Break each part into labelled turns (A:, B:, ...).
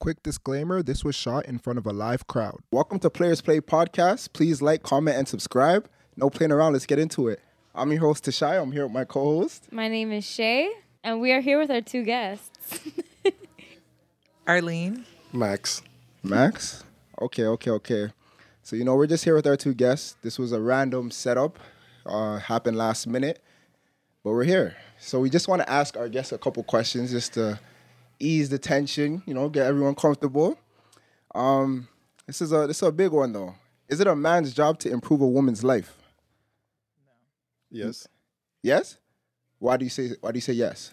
A: Quick disclaimer this was shot in front of a live crowd. Welcome to Players Play Podcast. Please like, comment, and subscribe. No playing around, let's get into it. I'm your host, Tashai. I'm here with my co host.
B: My name is Shay, and we are here with our two guests.
C: Arlene.
D: Max.
A: Max? Okay, okay, okay. So, you know, we're just here with our two guests. This was a random setup, uh, happened last minute, but we're here. So, we just want to ask our guests a couple questions just to ease the tension, you know, get everyone comfortable. Um, this is a this is a big one though. Is it a man's job to improve a woman's life?
D: Yes.
A: Yes? Why do you say why do you say yes?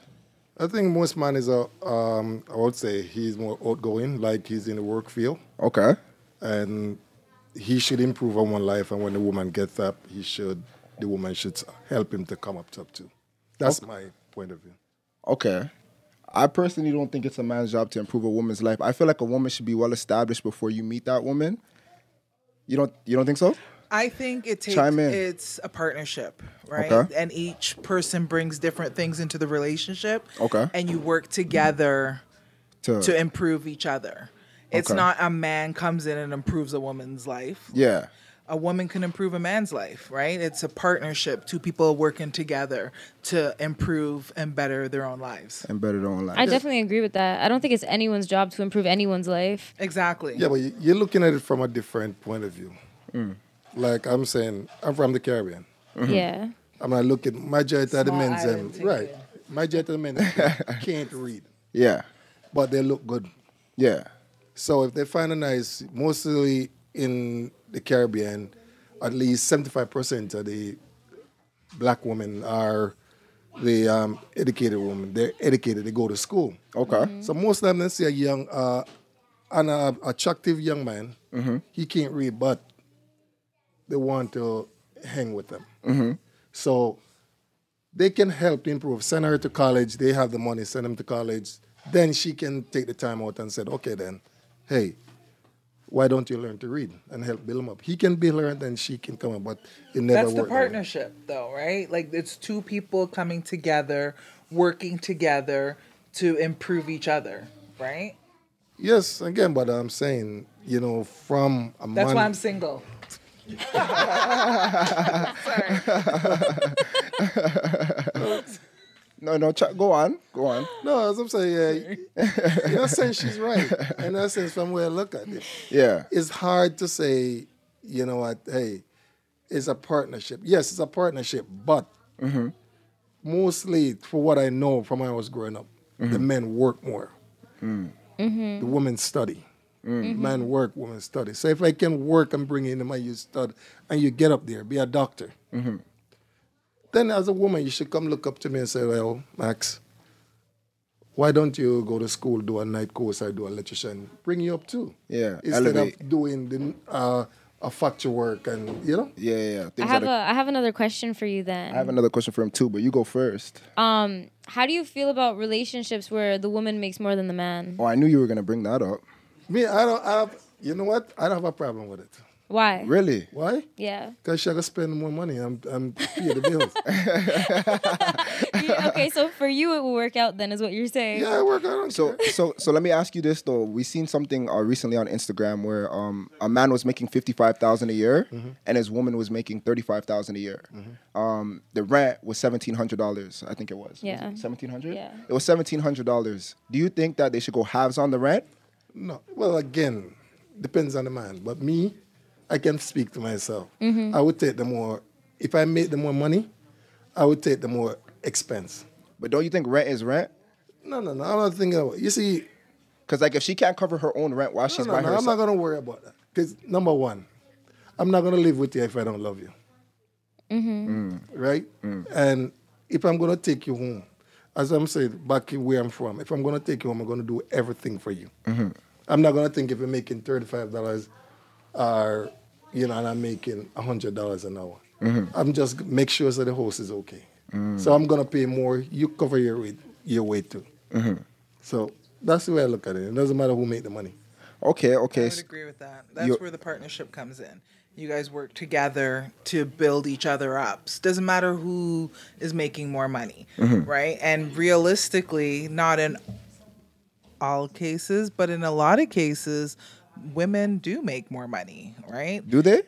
D: I think most man is a, um, I would say he's more outgoing, like he's in the work field,
A: Okay.
D: and he should improve on one life. And when the woman gets up, he should, the woman should help him to come up top too. That's my point of view.
A: Okay. I personally don't think it's a man's job to improve a woman's life. I feel like a woman should be well established before you meet that woman. You don't you don't think so?
C: I think it takes
A: Chime in.
C: it's a partnership, right?
A: Okay.
C: And each person brings different things into the relationship.
A: Okay.
C: And you work together
A: To,
C: to improve each other. It's
A: Okay.
C: not a man comes in and improves a woman's life.
A: yeah.
C: A woman can improve a man's life, right? It's a partnership, two people working together to improve and better their own lives.
A: And better than life.
B: I definitely agree with that. I don't think it's anyone's job to improve anyone's life.
C: Exactly.
D: Yeah, but you- you're looking at it from a different point of view. Like I'm saying, I'm from the Caribbean.
A: Mm-hmm.
B: Yeah.
D: I'm not looking, majority of the
C: Small
D: men's, them,
C: island thing,
D: right?
C: yeah.
D: Majority of the men them can't read,
A: yeah.
D: but they look good.
A: Yeah.
D: So if they find a nice, mostly in the Caribbean, at least 75% of the black women are the um, educated women. They're educated. They go to school.
A: Okay.
B: Mm-hmm.
D: So most of them, they see a young, uh, an uh, attractive young man. He can't read, but they want to hang with them. So they can help improve. Send her to college. They have the money. Send them to college. Then she can take the time out and said, okay, then, hey, why don't you learn to read and help build him up? He can build her, and then she can come up. But it never
C: That's the
D: worked that way.
C: partnership, though, right? Like it's two people coming together, working together to improve each other, right?
D: Yes, again, but I'm saying, you know, from a
C: That's
D: man,
C: why I'm single. Sorry.
A: No, no, ch- go on. Go on.
D: No, as I'm saying, yeah, in that sense, she's right. In that sense, from where I look at it,
A: Yeah.
D: it's hard to say, you know what, hey, it's a partnership. Yes, it's a partnership, but mostly, for what I know from when I was growing up, the men work more. The women study.
A: Mm-hmm.
D: Men work, women study. So if I can work and bring in the man, you study, and you get up there, be a doctor.
A: Mm-hmm.
D: Then as a woman, you should come look up to me and say, well, Max, why don't you go to school, do a night course, or do a lecture, and bring you up too?
A: Yeah,
D: Instead
A: elevate.
D: of doing the uh, a factory work and you know.
A: Yeah, yeah, yeah.
B: I
A: Things
B: have
A: that
B: a
A: are-
B: I have another question for you then.
A: I have another question for him too, but you go first.
B: um, how do you feel about relationships where the woman makes more than the man?
A: Oh, I knew you were gonna bring that up.
D: Me, I don't I have. You know what? I don't have a problem with it.
B: Why?
A: Really?
D: Why?
B: Yeah.
D: Because she gotta spend more money. I'm I'm pay the bills.
B: Yeah, okay, so for you it will work out then is what you're saying.
D: yeah, I work. I don't
A: So,
D: care.
A: so, so let me ask you this though. We seen something uh, recently on Instagram where um, a man was making fifty five thousand a year,
D: Mm-hmm.
A: and his woman was making thirty five thousand a year. Um, the rent was seventeen hundred dollars, I think it was.
B: Yeah.
A: seventeen hundred.
B: Yeah.
A: it was seventeen hundred dollars. Do you think that they should go halves on the rent?
D: No. Well, again, depends on the man. But me, I can speak to myself. I would take the more. If I made the more money, I would take the more expense.
A: But don't you think rent is rent?
D: No, no, no. I'm not thinking about. You see,
A: Because like if she can't cover her own rent while she's
D: no,
A: by
D: no, no,
A: herself,
D: I'm not gonna worry about that. Because number one, I'm not gonna live with you if I don't love you.
A: Mm.
D: Right? And if I'm gonna take you home, as I'm saying, back in where I'm from, if I'm gonna take you home, I'm gonna do everything for you.
A: Mm-hmm.
D: I'm not gonna think if you're making thirty-five dollars, or you know, and I'm making hundred dollars an hour.
A: Mm-hmm.
D: I'm just g- make sure that the horse is okay.
A: Mm.
D: So I'm gonna pay more. You cover your weight, your weight too.
A: Mm-hmm.
D: So that's the way I look at it. It doesn't matter who make the money.
A: okay,
C: I
A: okay,
C: would
A: s-
C: agree with that. That's
A: You're-
C: where the partnership comes in. You guys work together to build each other up. S- Doesn't matter who is making more money, right? And realistically, not an all cases, but in a lot of cases, women do make more money, right?
A: Do they?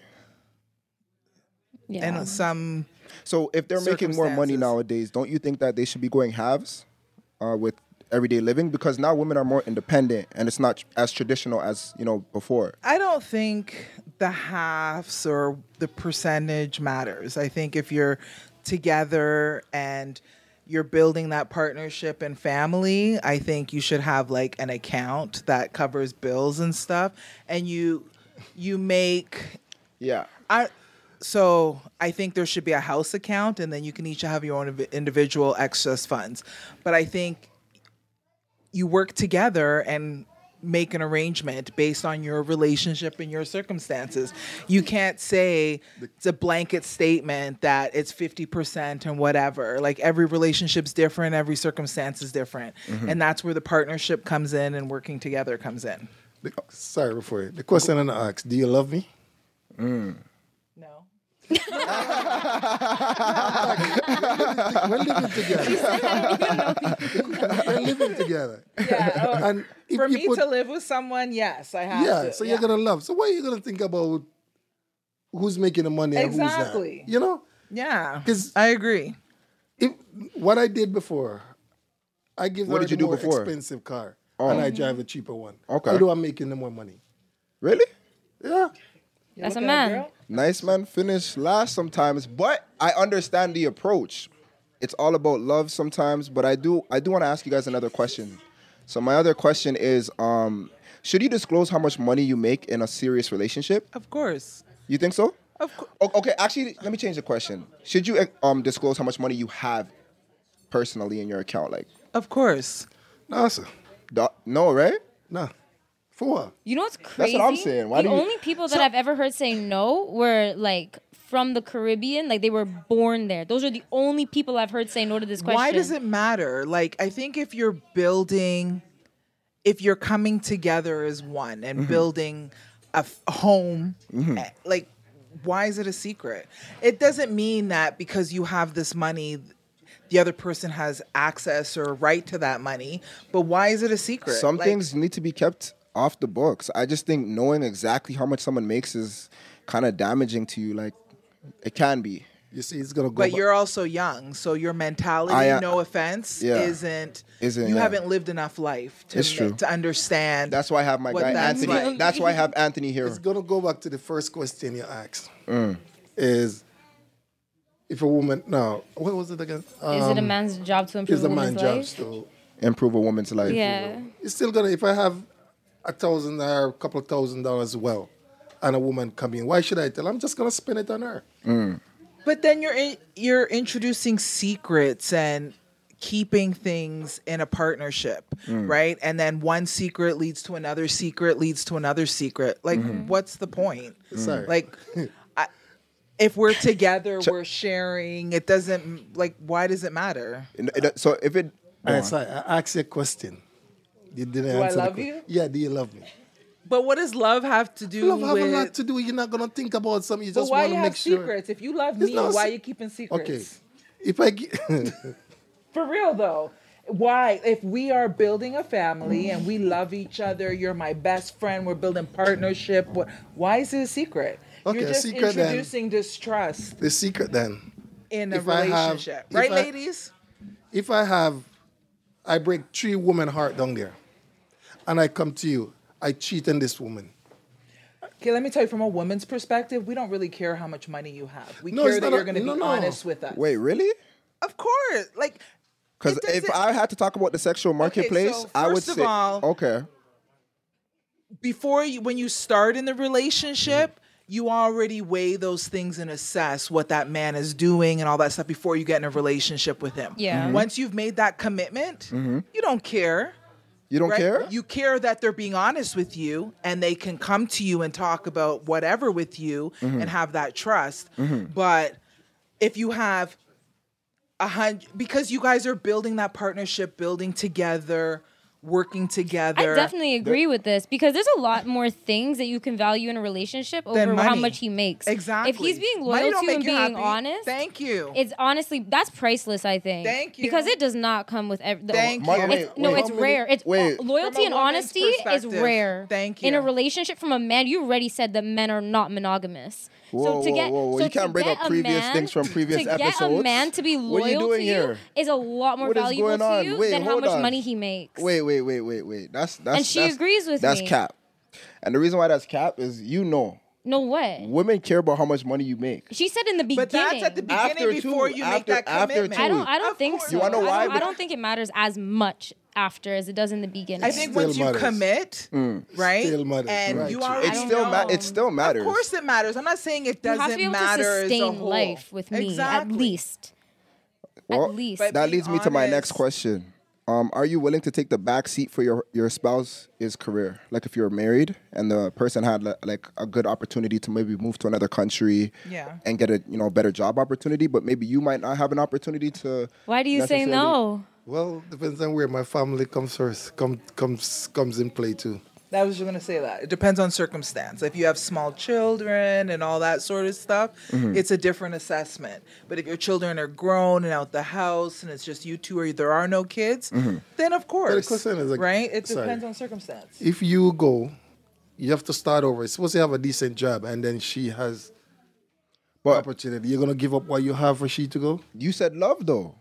B: Yeah.
C: And some
A: So if they're making more money
C: Circumstances.
A: nowadays, don't you think that they should be going halves uh, with everyday living? Because now women are more independent, and it's not as traditional as you know before.
C: I don't think the halves or the percentage matters. I think if you're together and you're building that partnership and family, I think you should have like an account that covers bills and stuff and you you make
A: Yeah.
C: I so I think there should be a house account, and then you can each have your own invi- individual excess funds. But I think you work together and make an arrangement based on your relationship and your circumstances. You can't say it's a blanket statement that it's 50% and whatever. Like every relationship's different, every circumstance is different. And that's where the partnership comes in and working together comes in.
D: The, sorry before you. The question I asked, do you love me?
C: No.
D: We're living together. We're living together.
C: Yeah. oh,
D: And if
C: For
D: you
C: me
D: put,
C: to live with someone, yes, I have
D: yeah,
C: to.
D: so you're gonna love. So why are you gonna think about who's making the money
C: Exactly.
D: and who's not? You know,
C: Yeah.
D: 'Cause-
C: I agree.
D: if what I did before, I give
A: What
D: her
A: did you
D: the
A: do
D: more
A: before? Oh.
D: expensive car and
C: Mm-hmm.
D: I drive a cheaper one.
A: Okay.
D: although I'm making the more money.
A: Really?
D: Yeah,
B: That's a man.
A: Nice man finish last sometimes, but I understand the approach. It's all about love sometimes, but I do I do want to ask you guys another question. So my other question is um should you disclose how much money you make in a serious relationship?
C: Of course.
A: You think so?
C: Of course.
A: O- Okay, actually, let me change the question. Should you um disclose how much money you have personally in your account like?
C: Of course.
D: no, sir,
A: do- No, right?
D: no, for what?
B: You know what's crazy?
A: That's what I'm saying. Why
B: the
A: do you-
B: only people that I've ever heard say no were like from the Caribbean, like they were born there. Those are the only people I've heard say no to this question.
C: Why does it matter? Like, I think if you're building, if you're coming together as one
D: Mm-hmm.
C: and building a f- home, eh, like, why is it a secret? It doesn't mean that because you have this money, the other person has access or right to that money. But why is it a secret?
A: Some
C: Like,
A: things need to be kept off the books. I just think knowing exactly how much someone makes is kind of damaging to you. Like it can be.
D: You see, it's gonna go.
C: But
D: ba-
C: you're also young, so your mentality,
A: I, uh,
C: no offense,
A: yeah.
C: isn't,
A: Isn't,
C: you
A: yeah.
C: haven't lived enough life to,
A: It's
C: ma-
A: true.
C: to understand.
A: That's why I have my
C: What
A: guy
C: that's
A: Anthony.
C: like.
A: That's why I have Anthony here.
D: It's gonna go back to the first question you asked. Is if a woman now what was it again?
B: Is
D: Um,
B: it a man's job to improve
D: is
B: a
D: a man
B: woman's
D: job
B: life?
D: still?
A: Improve a woman's life.
B: Yeah.
D: It's still gonna if I have a thousand or a couple of thousand dollars well, and a woman come in, why should I tell? I'm just gonna spend it on her.
C: But then you're in, you're introducing secrets and keeping things in a partnership,
A: Mm.
C: right? And then one secret leads to another secret leads to another secret. Like,
A: Mm-hmm.
C: what's the point?
A: Mm.
D: Sorry.
C: Like, I, if we're together, we're sharing. It doesn't like. Why does it matter?
A: And it- so if it,
D: All right, sorry, I asked you a question. You didn't
C: I
D: answer the
C: love
D: que-
C: you?
D: Yeah, do you love me?
C: But what does love have to do
D: Love have
C: with?
D: a lot to do. You're not gonna think about something. You
C: but
D: just
C: why
D: want
C: you
D: to
C: have
D: make sure.
C: secrets? If you love
D: It's
C: me,
D: not
C: why
D: se-
C: you keeping secrets?
D: Okay. If I gi-
C: For real though. Why? If we are building a family and we love each other, you're my best friend, we're building partnership. wh- Why is it a secret?
D: Okay,
C: you're
D: a
C: just
D: secret then.
C: introducing distrust
D: the secret then,
C: in a
D: If I have-
C: relationship.
D: if
C: right,
D: I-
C: ladies?
D: if I have, I break three women heart down there, and I come to you, I cheat on this woman.
C: Okay, let me tell you from a woman's perspective, we don't really care how much money you have. We
D: No,
C: care
D: it's
C: that
D: not a-
C: you're going to
D: no,
C: be
D: no.
C: honest with us.
A: wait, really?
C: Of course. Like,
A: Because
C: it
A: if
C: doesn't-
A: I had to talk about the sexual marketplace,
C: so
A: I would
C: first of
A: say,
C: all-
A: okay,
C: before you when you start in the relationship
A: Mm-hmm.
C: you already weigh those things and assess what that man is doing and all that stuff before you get in a relationship with him
B: Yeah.
A: Mm-hmm.
B: Mhm.
C: once you've made that commitment you don't care
A: you Mm-hmm. don't
C: right
A: care.
C: you care that they're being honest with you and they can come to you and talk about whatever with you
A: Mm-hmm.
C: and have that trust but if you have a hundred because you guys are building that partnership building together working together.
B: I definitely agree with this because there's a lot more things that you can value in a relationship
C: Than
B: over how
C: money.
B: much he makes.
C: Exactly.
B: If he's being
C: Money
B: loyal to you
C: don't make
B: and
C: you
B: being
C: happy.
B: honest,
C: Thank you.
B: it's honestly that's priceless. I think.
C: Thank you.
B: Because it does not come with every. the-
C: Thank
A: Money-
C: you.
A: wait,
B: It's, no,
A: wait.
B: it's
D: How many-
B: rare. It's uh,
A: wait.
B: loyalty
C: From
B: and
C: a woman's
B: honesty is
C: perspective.
B: rare.
C: Thank
B: In a
C: you.
B: relationship from a man, you already said that men are not monogamous.
A: Whoa,
B: so to
A: whoa,
B: get
A: whoa, whoa.
B: so
A: You
B: to
A: can't bring
B: get
A: up
B: a
A: previous
B: man-
A: things from previous
B: to get a
A: episodes.
B: man to be
A: What are you
B: loyal
A: doing
B: to
A: here?
B: you is a lot more
A: What is
B: valuable
A: going
B: to
A: on?
B: you
A: Wait,
B: than how
A: hold
B: much
A: on.
B: money he makes.
A: Wait, wait, wait, wait, wait. That's that's
B: And she
A: that's-
B: agrees with
A: That's
B: me.
A: cap. And the reason why that's cap is you know
B: No what?
A: women care about how much money you make.
B: She said in the beginning.
C: but that's at the beginning
A: After two,
C: before you
A: after-
C: make that
A: after
C: commitment.
A: two.
B: I don't. I don't
C: Of
B: think
C: course.
B: so.
A: You wanna know
B: I
A: why?
B: don't, I don't think it matters as much after as it does in the beginning.
C: I think
D: Still
C: once you
D: matters.
C: commit,
A: Mm.
C: right?
D: Still matters,
C: And
D: right.
C: you
D: It's
C: already
A: It
B: don't
A: still ma-
B: know.
A: it still matters.
C: Of course, it matters. I'm not saying it
B: you
C: doesn't
B: have to be able
C: matter.
B: to
C: as a
B: sustain
C: whole.
B: life with me
C: Exactly.
B: at least.
A: Well,
B: at least.
C: But
A: that
C: being
A: leads me to my
C: honest-
A: next question. Um, are you willing to take the back seat for your, your spouse's career? Like if you're married and the person had li- like a good opportunity to maybe move to another country
C: Yeah.
A: and get a you know better job opportunity, but maybe you might not have an opportunity to
B: Why do you say
A: necessarily-
B: no?
D: Well, depends on where my family comes first, come, comes comes in play too.
C: I was just gonna say that. It depends on circumstance. If you have small children and all that sort of stuff, it's a different assessment. But if your children are grown and out the house and it's just you two or there are no kids, then of course,
D: question is like-
C: right? It
D: sorry.
C: depends on circumstance.
D: If you go, you have to start over. You're supposed to have a decent job, and then she has
A: But
D: opportunity. You're gonna give up what you have for she to go?
A: you said love though.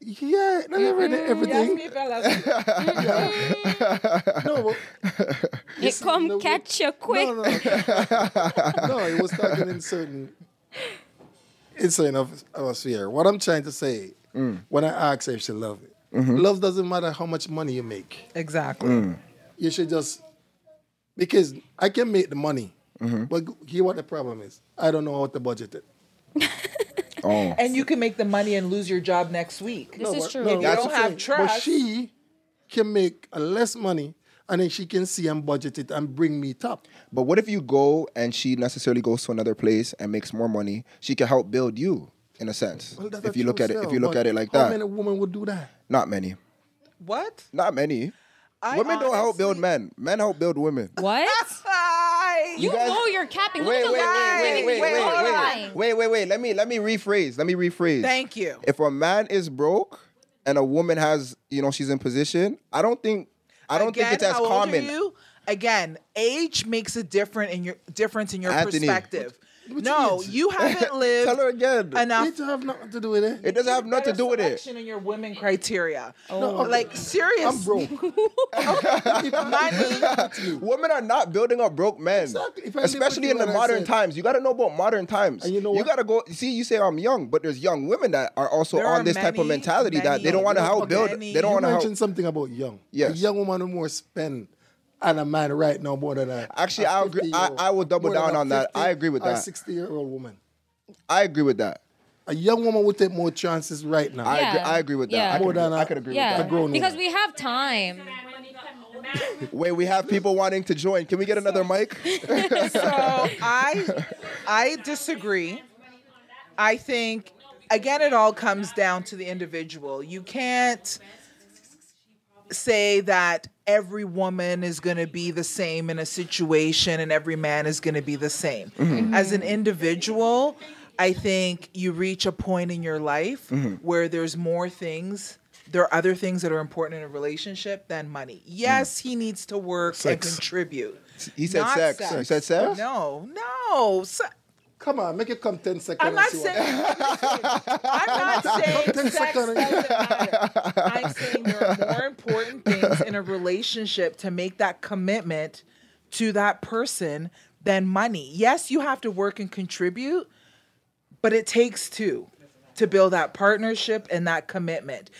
D: Yeah, not every, everything. No, but,
B: It come
D: no,
B: catch you quick.
D: no, no, no. It was talking in certain, in certain of, of a sphere. What I'm trying to say,
A: Mm.
D: when I ask her if she love it,
A: Mm-hmm.
D: love doesn't matter how much money you make.
C: Exactly.
D: you should just because I can make the money,
A: Mm-hmm.
D: but here what the problem is: I don't know how to budget it.
A: Oh,
C: And you can make the money and lose your job next week.
B: This is
D: but-
B: true.
D: no,
C: you
D: that's
C: don't
D: the
C: have
D: thing. But
C: trust-
D: she can make a less money, and then she can see and budget it and bring me top.
A: but what if you go and she necessarily goes to another place and makes more money? She can help build you in a sense.
D: Well, that's
A: if
D: a
A: you look
D: true
A: at it, if
D: sell,
A: you look
D: but
A: at it like
D: how
A: that,
D: many women would do that?
A: not many,
C: What?
A: not many.
C: I
A: women don't help build
C: honestly-
A: men. Men help build women.
B: What?
C: I-
B: You,
A: guys-
B: know you're capping. Look
A: wait,
B: at
A: wait,
B: the line.
A: wait, wait, wait,
C: Wait,
A: wait,
C: hold
A: wait,
B: on.
A: wait, wait, wait. Let me let me rephrase. Let me rephrase.
C: Thank you.
A: If a man is broke and a woman has, you know, she's in position, I don't think I don't
C: Again,
A: think it's as
C: how old are
A: common.
C: you? Again, age makes a difference in your difference in your
A: Anthony.
C: perspective.
D: What- what
C: no,
D: age?
C: you haven't lived
A: Tell her again.
C: enough.
D: It have nothing to do with it.
A: It doesn't have nothing to do with it.
C: Selection in your women criteria.
D: No, I'm-
C: Like serious
D: I'm broke.
C: money. uh,
A: Women are not building up broke men,
D: Exactly. If I live with
A: especially
D: you
A: in the
D: and I
A: modern
D: said-
A: times. You got to know about modern times.
D: And you know what?
A: gotta go. See, you say I'm young, but there's young women that are also
C: There
A: on
C: are
A: this type of
C: many,
A: mentality that
C: many,
A: they don't want to
C: no,
A: help
C: okay.
A: build.
C: many.
A: They don't
D: You
A: want to help.
D: mentioned something about young.
A: Yes.
D: A young woman will more spend on a man right now more than a
A: Actually,
D: a
A: I agree-
D: 50
A: I-
D: year-
A: I will double
D: more than
A: down
D: a
A: on that.
D: 50
A: I agree with
D: or
A: that.
D: Sixty year old woman.
A: I agree with that.
D: A young woman would take more chances right now.
A: I, agree,
B: Yeah.
A: I agree with that.
B: Yeah.
A: I, could,
D: More than
A: I
D: a-
A: could agree
B: Yeah,
A: with that.
D: grown
B: because
D: woman.
B: we have time.
A: Wait, we have people wanting to join. Can we get another mic?
C: so I I disagree. I think again it all comes down to the individual. You can't say that every woman is going to be the same in a situation and every man is going to be the same.
A: Mm-hmm.
C: As an individual, I think you reach a point in your life
A: Mm-hmm.
C: where there's more things. There are other things that are important in a relationship than money. Yes, he needs to work
D: Sex.
C: and contribute.
A: Mm-hmm. He said
C: Not
A: sex.
C: sex.
A: You said sex?
C: No, no. se-
D: Come on, make it come 10 seconds.
C: I'm not
D: and see what-
C: saying. I'm not saying
D: Ten
C: sex
D: seconds.
C: doesn't matter. I'm saying there are more important things in a relationship to make that commitment to that person than money. Yes, you have to work and contribute, but it takes two to build that partnership and that commitment.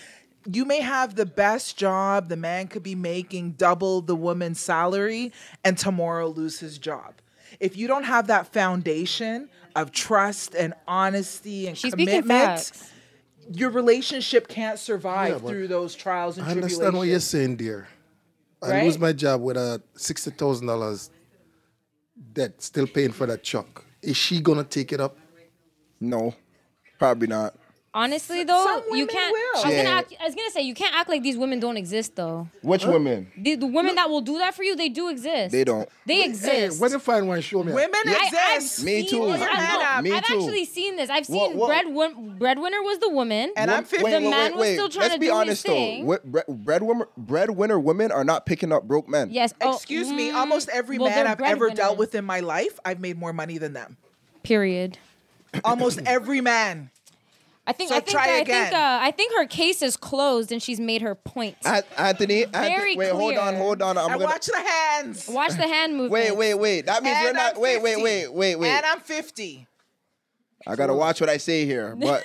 C: You may have the best job, the man could be making double the woman's salary, and tomorrow lose his job. If you don't have that foundation of trust and honesty and
B: She's speaking
C: commitment,
B: facts.
C: your relationship can't survive
D: Yeah, but
C: through those trials and
D: I understand what you're
C: tribulations.
D: saying, dear. I
C: Right?
D: lose my job with a $60,000 debt, still paying for that chuck. Is she going to take it up?
A: No, probably not.
B: Honestly, though,
C: some
B: you
C: women
B: can't.
C: will.
B: I was gonna
A: Yeah.
B: act, I was gonna say you can't act like these women don't exist though.
A: Which women?
B: The, the women that will do that for you, they do exist.
A: They don't.
B: They
D: Hey,
B: exist.
D: where you find one? Show me.
C: Women
B: I, I've
C: exist.
A: Me
B: seen
A: too.
B: this. I
C: Head
B: know.
C: up.
A: Me
B: I've
A: too.
B: actually seen this. I've
A: What-
B: seen
A: what-
B: breadwin- breadwinner was the woman.
C: And I'm
A: Wait,
C: fifty.
A: wait,
B: The man was still trying
A: Let's
B: to
A: be
B: do his
A: honest though.
B: thing.
A: Wi- bre- breadwinner, breadwinner women are not picking up broke men.
B: yes. oh,
C: Excuse me.
B: mm,
C: Almost every
B: well,
C: man
B: they're
C: I've ever dealt
B: breadwinners.
C: with in my life, I've made more money than them.
B: Period.
C: Almost every man.
B: I think.
C: So
B: I think.
C: try
B: I
C: again.
B: think. Uh, I think her case is closed, and she's made her point.
A: An- Anthony, Anthony
B: Very
A: wait, hold
B: clear.
A: on, hold on. I'm
C: And
A: gonna
C: watch the hands.
B: Watch the hand movement.
A: wait, wait, wait. That means
C: And
A: you're not.
C: I'm
A: Wait, wait,
C: 50.
A: wait, wait, wait.
C: And I'm fifty.
A: I gotta watch what I say here, but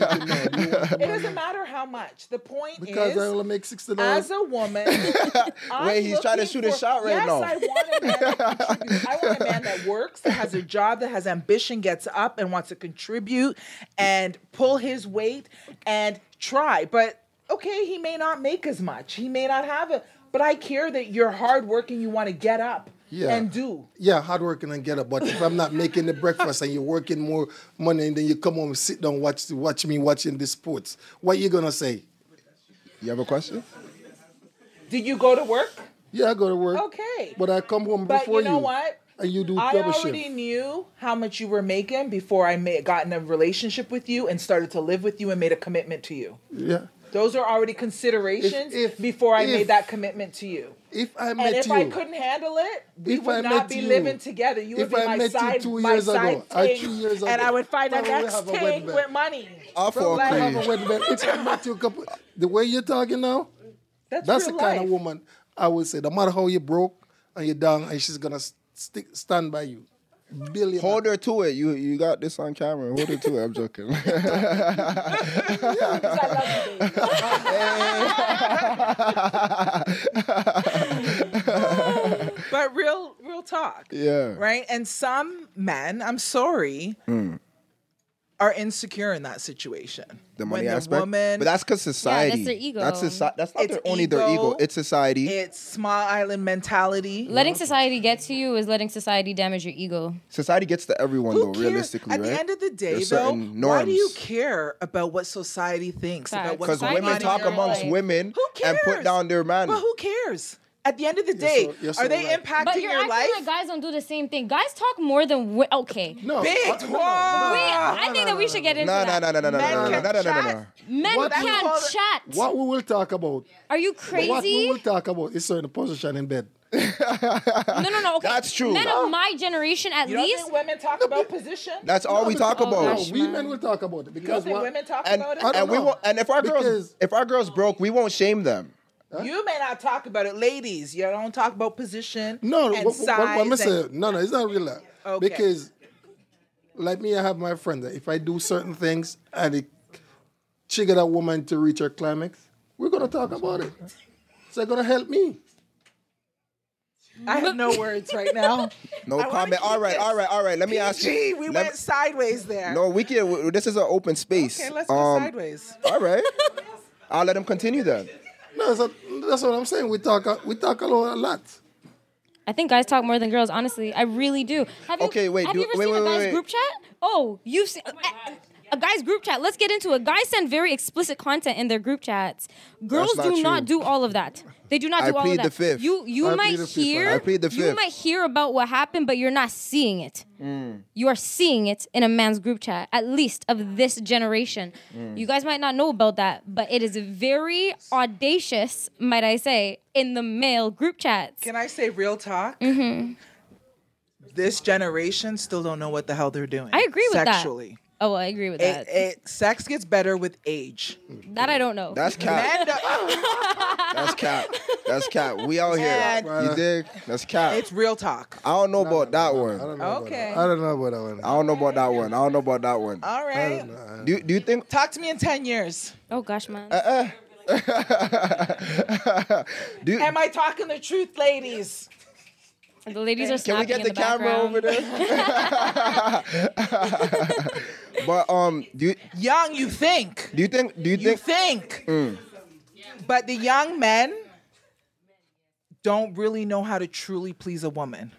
C: It doesn't matter how much. The point
D: because
C: is,
A: uh,
D: I only make sixty
C: as
D: dollars.
C: a woman,
A: Wait, he's trying to shoot a shot right
C: yes,
A: now.
C: I want, a man that contributes. I want a man that works, that has a job, that has ambition, gets up and wants to contribute and pull his weight and try. But okay, he may not make as much. He may not have it. But I care that you're hardworking. You want to get up
D: Yeah.
C: and do.
D: Yeah, hardworking and get up. But if I'm not making the breakfast and you're working more money and then you come home, sit down, watch watch me watching the sports, what you gonna say?
A: you have a question?
C: Did you go to work?
D: Yeah, I go to work.
C: Okay.
D: But I come home
C: But
D: before
C: you know what?
D: And you do
C: I
D: double
C: already
D: shift.
C: knew how much you were making before I ma- got in a relationship with you and started to live with you and made a commitment to you.
D: Yeah.
C: Those are already considerations
D: If- if-
C: before I
D: if-
C: made that commitment to you.
D: If I met
C: And if
D: you,
C: I couldn't handle it, we
D: If
C: would
D: I met
C: not be
D: you-
C: living together. You would
D: if
C: be
D: I
C: my
D: met you
C: side,
D: two
C: my
D: years ago,
C: side
D: uh,
C: ting,
D: two years
C: and
D: ago,
C: I would find the
D: probably would
C: next
D: have a
C: thing
D: wedding Uh,
C: with
D: back.
C: money.
A: Off for
C: Like-
D: I
A: a
D: have a wedding band. If I met you a couple, the way you're talking now,
C: That's,
D: that's
C: real
D: the kind
C: life.
D: of woman I would say. No matter how you broke and you're down, and she's gonna stick stand by you. Billion.
A: Hold her to it. You you got this on camera. Hold her to it. I'm joking.
C: 'Cause I love you, baby. but real real talk
A: Yeah.
C: right and some men i'm sorry
A: Mm.
C: are insecure in that situation
A: the money
C: when
A: aspect,
C: the woman
A: but that's because society.
B: their ego.
A: That's soci- That's not
C: It's
A: their, only their ego.
C: ego.
A: It's society.
C: it's small island mentality
B: Letting society get to you is letting society damage your ego.
A: society gets to everyone
C: Who
A: though.
C: cares?
A: Realistically,
C: at
A: right?
C: the end of the day
A: There's
C: though
A: certain
C: why do you
A: norms.
C: care about what society thinks about
B: Facts.
C: what's
A: because
B: Society
A: women
B: doesn't
A: talk
B: really
A: amongst
B: like-
A: women
C: who cares
A: and put down their man.
C: but who cares at the end of the day
D: so- you're
C: are
D: so
C: they
D: right.
C: impacting
B: But you're
C: your
B: acting
C: life
B: like guys don't do the same thing. Guys talk more than wo- okay.
D: No.
C: Big
D: uh, no, no,
B: Wait,
D: no.
B: I think that we should get into
A: No, no,
B: that.
A: no, no, no, no, no,
C: Men
A: no, no,
C: can
A: no, no, no, no.
C: chat.
B: Men
D: What you
B: can't
C: call-
B: chat.
D: What we will talk about,
B: Are you
D: what we
B: crazy?
D: will talk about is certain position in bed.
B: No, no, no. Okay.
A: That's true.
B: Men of my generation, at
C: you don't
B: least,
C: think women talk about position
A: That's all we talk
B: Oh,
A: about.
B: gosh.
D: we
B: man.
D: men will talk about it
C: you don't
D: because
C: think
D: what-
C: women talk
A: And
C: about it
D: I don't
A: and we
D: know.
A: won't. And if our girls
D: Because-
A: if our girls broke, we won't shame them.
C: You may not talk about it, ladies. You don't talk about position.
D: No,
C: and
D: what, what,
C: size
D: what I'm
C: and-
D: saying, no, no, it's not real. that.
C: Okay.
D: Because, like me, I have my friend that if I do certain things and it trigger that woman to reach her climax, we're gonna talk about it. So they're gonna help me.
C: I have no words right now.
A: No
C: I wanna
A: comment.
C: keep
A: All right,
C: this
A: all right, all right. Let me ask
C: Gee,
A: you.
C: we
A: let-
C: went sideways there.
A: No, we can. w- This is an open space.
C: okay, let's go
A: Um,
C: sideways.
A: All right. I'll let him continue then.
D: No, so that's what I'm saying. We talk, a- we talk a lot. a lot.
B: I think guys talk more than girls. Honestly, I really do. Have you,
A: Okay, wait,
B: Have
A: do-
B: you ever
A: wait,
B: seen
A: wait,
B: a
A: wait,
B: guy's
A: wait.
B: group chat? Oh, you've seen a, a guy's group chat. Let's get into it. Guys send very explicit content in their group chats. Girls
A: not
B: do
A: true.
B: not do all of that. They do not
A: I
B: do all of
A: plead
B: that.
A: the fifth.
B: You you
D: I plead
B: might
D: the fifth on
B: hear
A: that. I plead the
B: you
A: fifth.
B: might hear about what happened, but you're not seeing it.
A: Mm.
B: You are seeing it in a man's group chat, at least of this generation.
A: Mm.
B: You guys might not know about that, but it is very audacious, might I say, in the male group chats.
C: Can I say real talk?
A: Mm-hmm.
C: This generation still don't know what the hell they're doing.
B: I agree with that.
C: sexually.
B: Oh, well, I agree with
A: Eh,
B: that.
C: It, it, sex gets better with age.
B: That I don't know.
A: That's cat.
C: Men don't-
A: That's cat. That's cat. We out here.
C: Cat.
A: You dig? That's cat.
C: it's real talk.
A: I don't know about that
D: I don't
A: one.
D: know. about
C: Okay.
D: that. I don't know about that one.
A: I don't know about that one. I don't know about that one.
C: All right.
A: Do you, do you think?
C: Talk to me in 10 years.
B: oh gosh, man.
A: Uh, Do you,
C: Am I talking the truth, ladies?
B: the ladies are
A: uh, eh, can we
B: snapping
A: get
B: in
A: the, camera
B: background.
A: over there? but um, do you,
C: Young, you think.
A: do you think? Do you
C: You
A: think?
C: think.
D: Mm.
C: But the young men don't really know how to truly please a woman.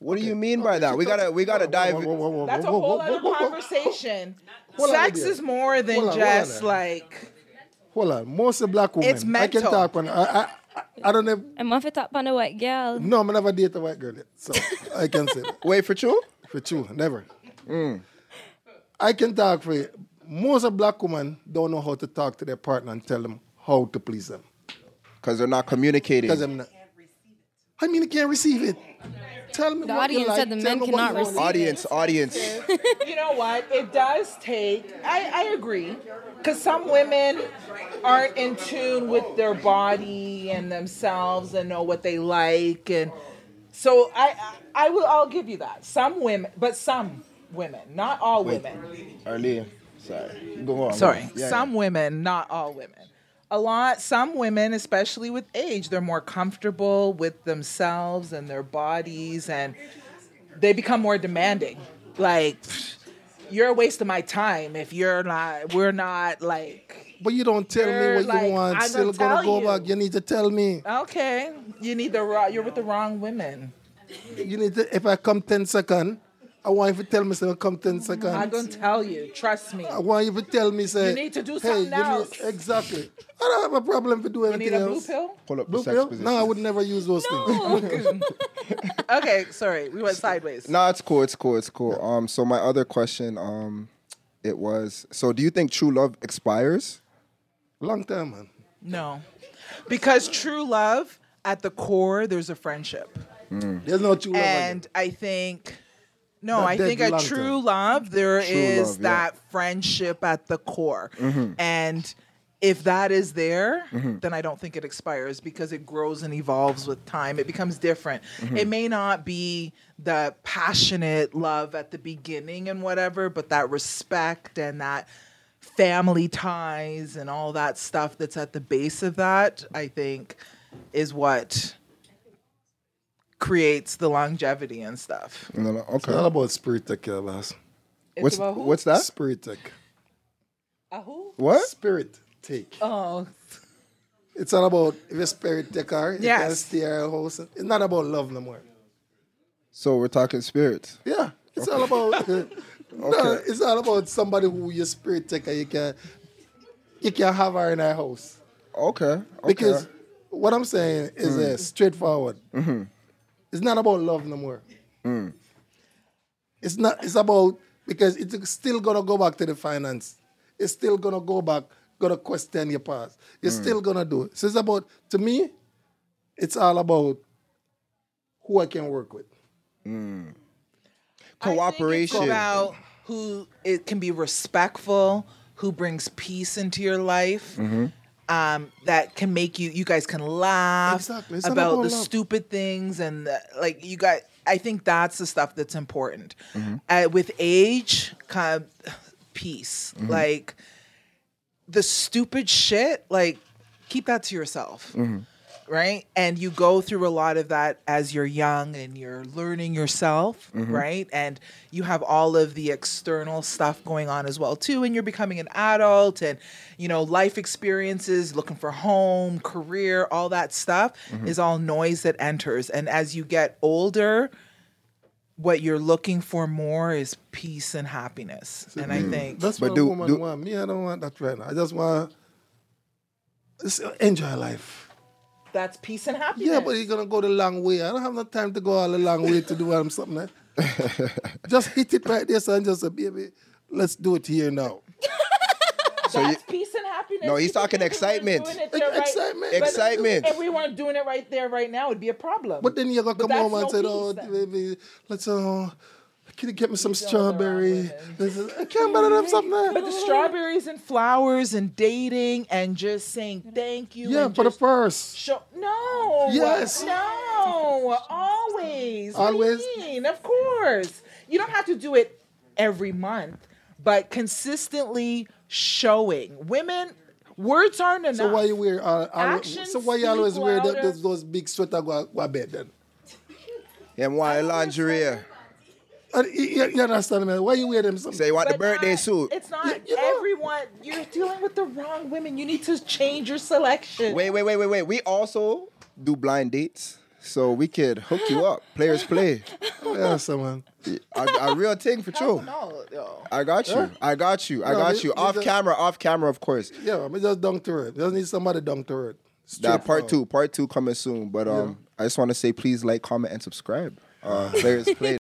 A: What do you mean by that? We gotta we gotta dive.
D: Whoa, whoa, whoa, whoa,
C: That's a
D: whoa, whoa,
C: whole
D: whoa,
C: other
D: whoa, whoa.
C: conversation.
D: Hold on,
C: Sex
D: Lydia.
C: is more than
D: Hold on, hold on.
C: just like
D: Hold on. Most of black women.
C: It's
D: I can
C: mental.
D: talk on. I, I, I- I don't know.
B: I'm off it up on a white girl.
D: No, I never date a white girl yet, so I can say that.
A: Wait for Mm. true.
D: For true, never. I can talk for you. Most of black women don't know how to talk to their partner and tell them how to please them.
A: Because they're not
D: Because
A: communicating.
D: I'm not. I mean, they can't receive it. Tell me
B: The
D: what you
B: audience
D: like.
B: said the
D: tell
B: men
D: me what
B: cannot
D: you want.
B: receive
A: Audience, audience.
C: you know what? It does take. I, I agree, because some women aren't in tune with their body and themselves and know what they like, and so I I, I will. I'll give you that. Some women, but some women, not all women.
A: Arlene, sorry. Go on.
C: Sorry,
A: Yeah,
C: some women, not all women. A lot, some women, especially with age, they're more comfortable with themselves and their bodies, and they become more demanding. Like, pfft, you're a waste of my time if you're not, we're not like,
D: But you don't tell me
C: You're
D: what
C: like,
D: you want.
C: I'm
D: Still
C: gonna
D: gonna
C: tell
D: go
C: you.
D: back. You need to tell me.
C: okay, you need the wrong, you're with the wrong women.
D: You need to. If I come ten second, I want you to tell me. Say, come ten second.
C: I'm gonna tell you, trust me.
A: Oh,
D: I want Uh, you to tell me. Say
C: You need to do
D: hey,
C: something
D: you need-
C: else."
D: exactly. I don't have a problem for doing
C: You need
D: anything
C: a blue
D: else.
C: pill?
A: Pull up
D: Blue
A: the sex
D: pill?
A: position.
D: No, I would never use those things.
C: Okay, sorry, we went sideways.
A: No, it's cool. It's cool. It's cool. Um, so my other question, um, it was. So, do you think true love expires?
D: Long time, man.
C: No, because true love, at the core, there's a friendship.
D: There's no true love.
C: and I think no,
D: Not
C: I
D: dead
C: think a
D: long
C: true
D: term.
C: love there is
A: love, yeah. Mm-hmm.
C: that friendship at the core, and if that is there, then I don't think it expires because it grows and evolves with time. It becomes different.
A: Mm-hmm.
C: It may not be the passionate love at the beginning and whatever, but that respect and that family ties and all that stuff that's at the base of that, I think, is what creates the longevity and stuff.
A: No, no,
D: It's all
A: Okay.
D: about spirit tech, yeah, boss.
C: It's
A: What's
C: about who?
A: what's that?
D: Spirit tech.
C: A who?
A: What?
D: Spirit take.
C: Oh,
D: It's all about if you're spirit taker, you can
C: Yes.
D: stay at your house. It's not about love no more.
A: So we're talking spirits.
D: Yeah. It's all about no,
A: Okay.
D: it's all about somebody who your spirit taker you can you can have her in her house.
A: Okay. okay. Mm.
D: Because what I'm saying is uh, straightforward.
A: Mm-hmm.
D: It's not about love no more.
A: Mm.
D: It's not. It's about because it's still gonna go back to the finance. It's still gonna go back. Gonna question your past. You're
A: Mm.
D: still gonna do it. So it's about to me. It's all about who I can work with.
A: cooperation.
C: about who it can be respectful, who brings peace into your life.
D: Mm-hmm.
C: Um, that can make you you guys can laugh
D: Exactly. It's not
C: about
D: about
C: the
D: love.
C: stupid things and the, like you guys I think that's the stuff that's important.
D: Mm-hmm.
C: Uh, with age kind of peace.
D: Mm-hmm.
C: Like the stupid shit, like keep that to yourself. Right? And you go through a lot of that as you're young and you're learning yourself, right? And you have all of the external stuff going on as well too and you're becoming an adult and you know, life experiences, looking for home, career, all that stuff is all noise that enters. And as you get older, what you're looking for more is peace and happiness. And I think
D: That's
A: But
D: what
A: do-
D: a woman
A: do-
D: want. Me, I don't want that right now. I just want just enjoy life.
C: that's peace and happiness.
D: Yeah, but you're gonna go the long way. I don't have no time to go all the long way to do um, something. Like. just hit it right there, son. Just say, baby, let's do it here now.
C: That's peace and happiness.
A: No, he's
C: Because
A: talking
C: if we were
A: excitement.
C: doing it there right-
D: Excitement.
C: but
A: Excitement.
C: If we weren't doing it right there, right now, it'd be a problem.
D: But then you're gonna come
C: that's
D: home and
C: no
D: say,
C: peace
D: oh,
C: then.
D: baby, let's uh, can you get me some strawberry? This is, I can't better than
C: But the
D: something. eh?"
C: strawberries and flowers and dating and just saying thank you.
D: Yeah,
C: and
D: for the
C: just
D: purse.
C: show- no.
D: Yes.
C: No. Always.
D: Always.
C: Always. Of course. You don't have to do it every month, but consistently showing women words aren't enough.
D: So why you wear? Uh,
C: Action
D: always, so why you always
C: speak
D: wear that,
C: louder.
D: those, those big sweater go, go bed then?
A: And why lingerie?
D: And you, you- you understand me? Why you wear them? Something?
A: Say you want the
C: But
A: birthday
C: not-
A: suit.
C: It's not
D: You- you know-
C: everyone. You're dealing with the wrong women. You need to change your selection.
A: Wait, wait, wait, wait, wait. We also do blind dates. So we could hook you up. Players play.
D: Oh, yeah, someone.
A: A, a real thing for true.
C: No, yo.
A: I got you. I got you. I
D: No,
A: got
D: we-
A: you.
D: we
A: Off
D: just-
A: camera, off camera, of course.
D: Yeah, I mean, just dunk to it. Just need somebody dunk to it.
A: That part two, part two coming soon. But um, I just want to say, please like, comment, and subscribe. Uh, players play.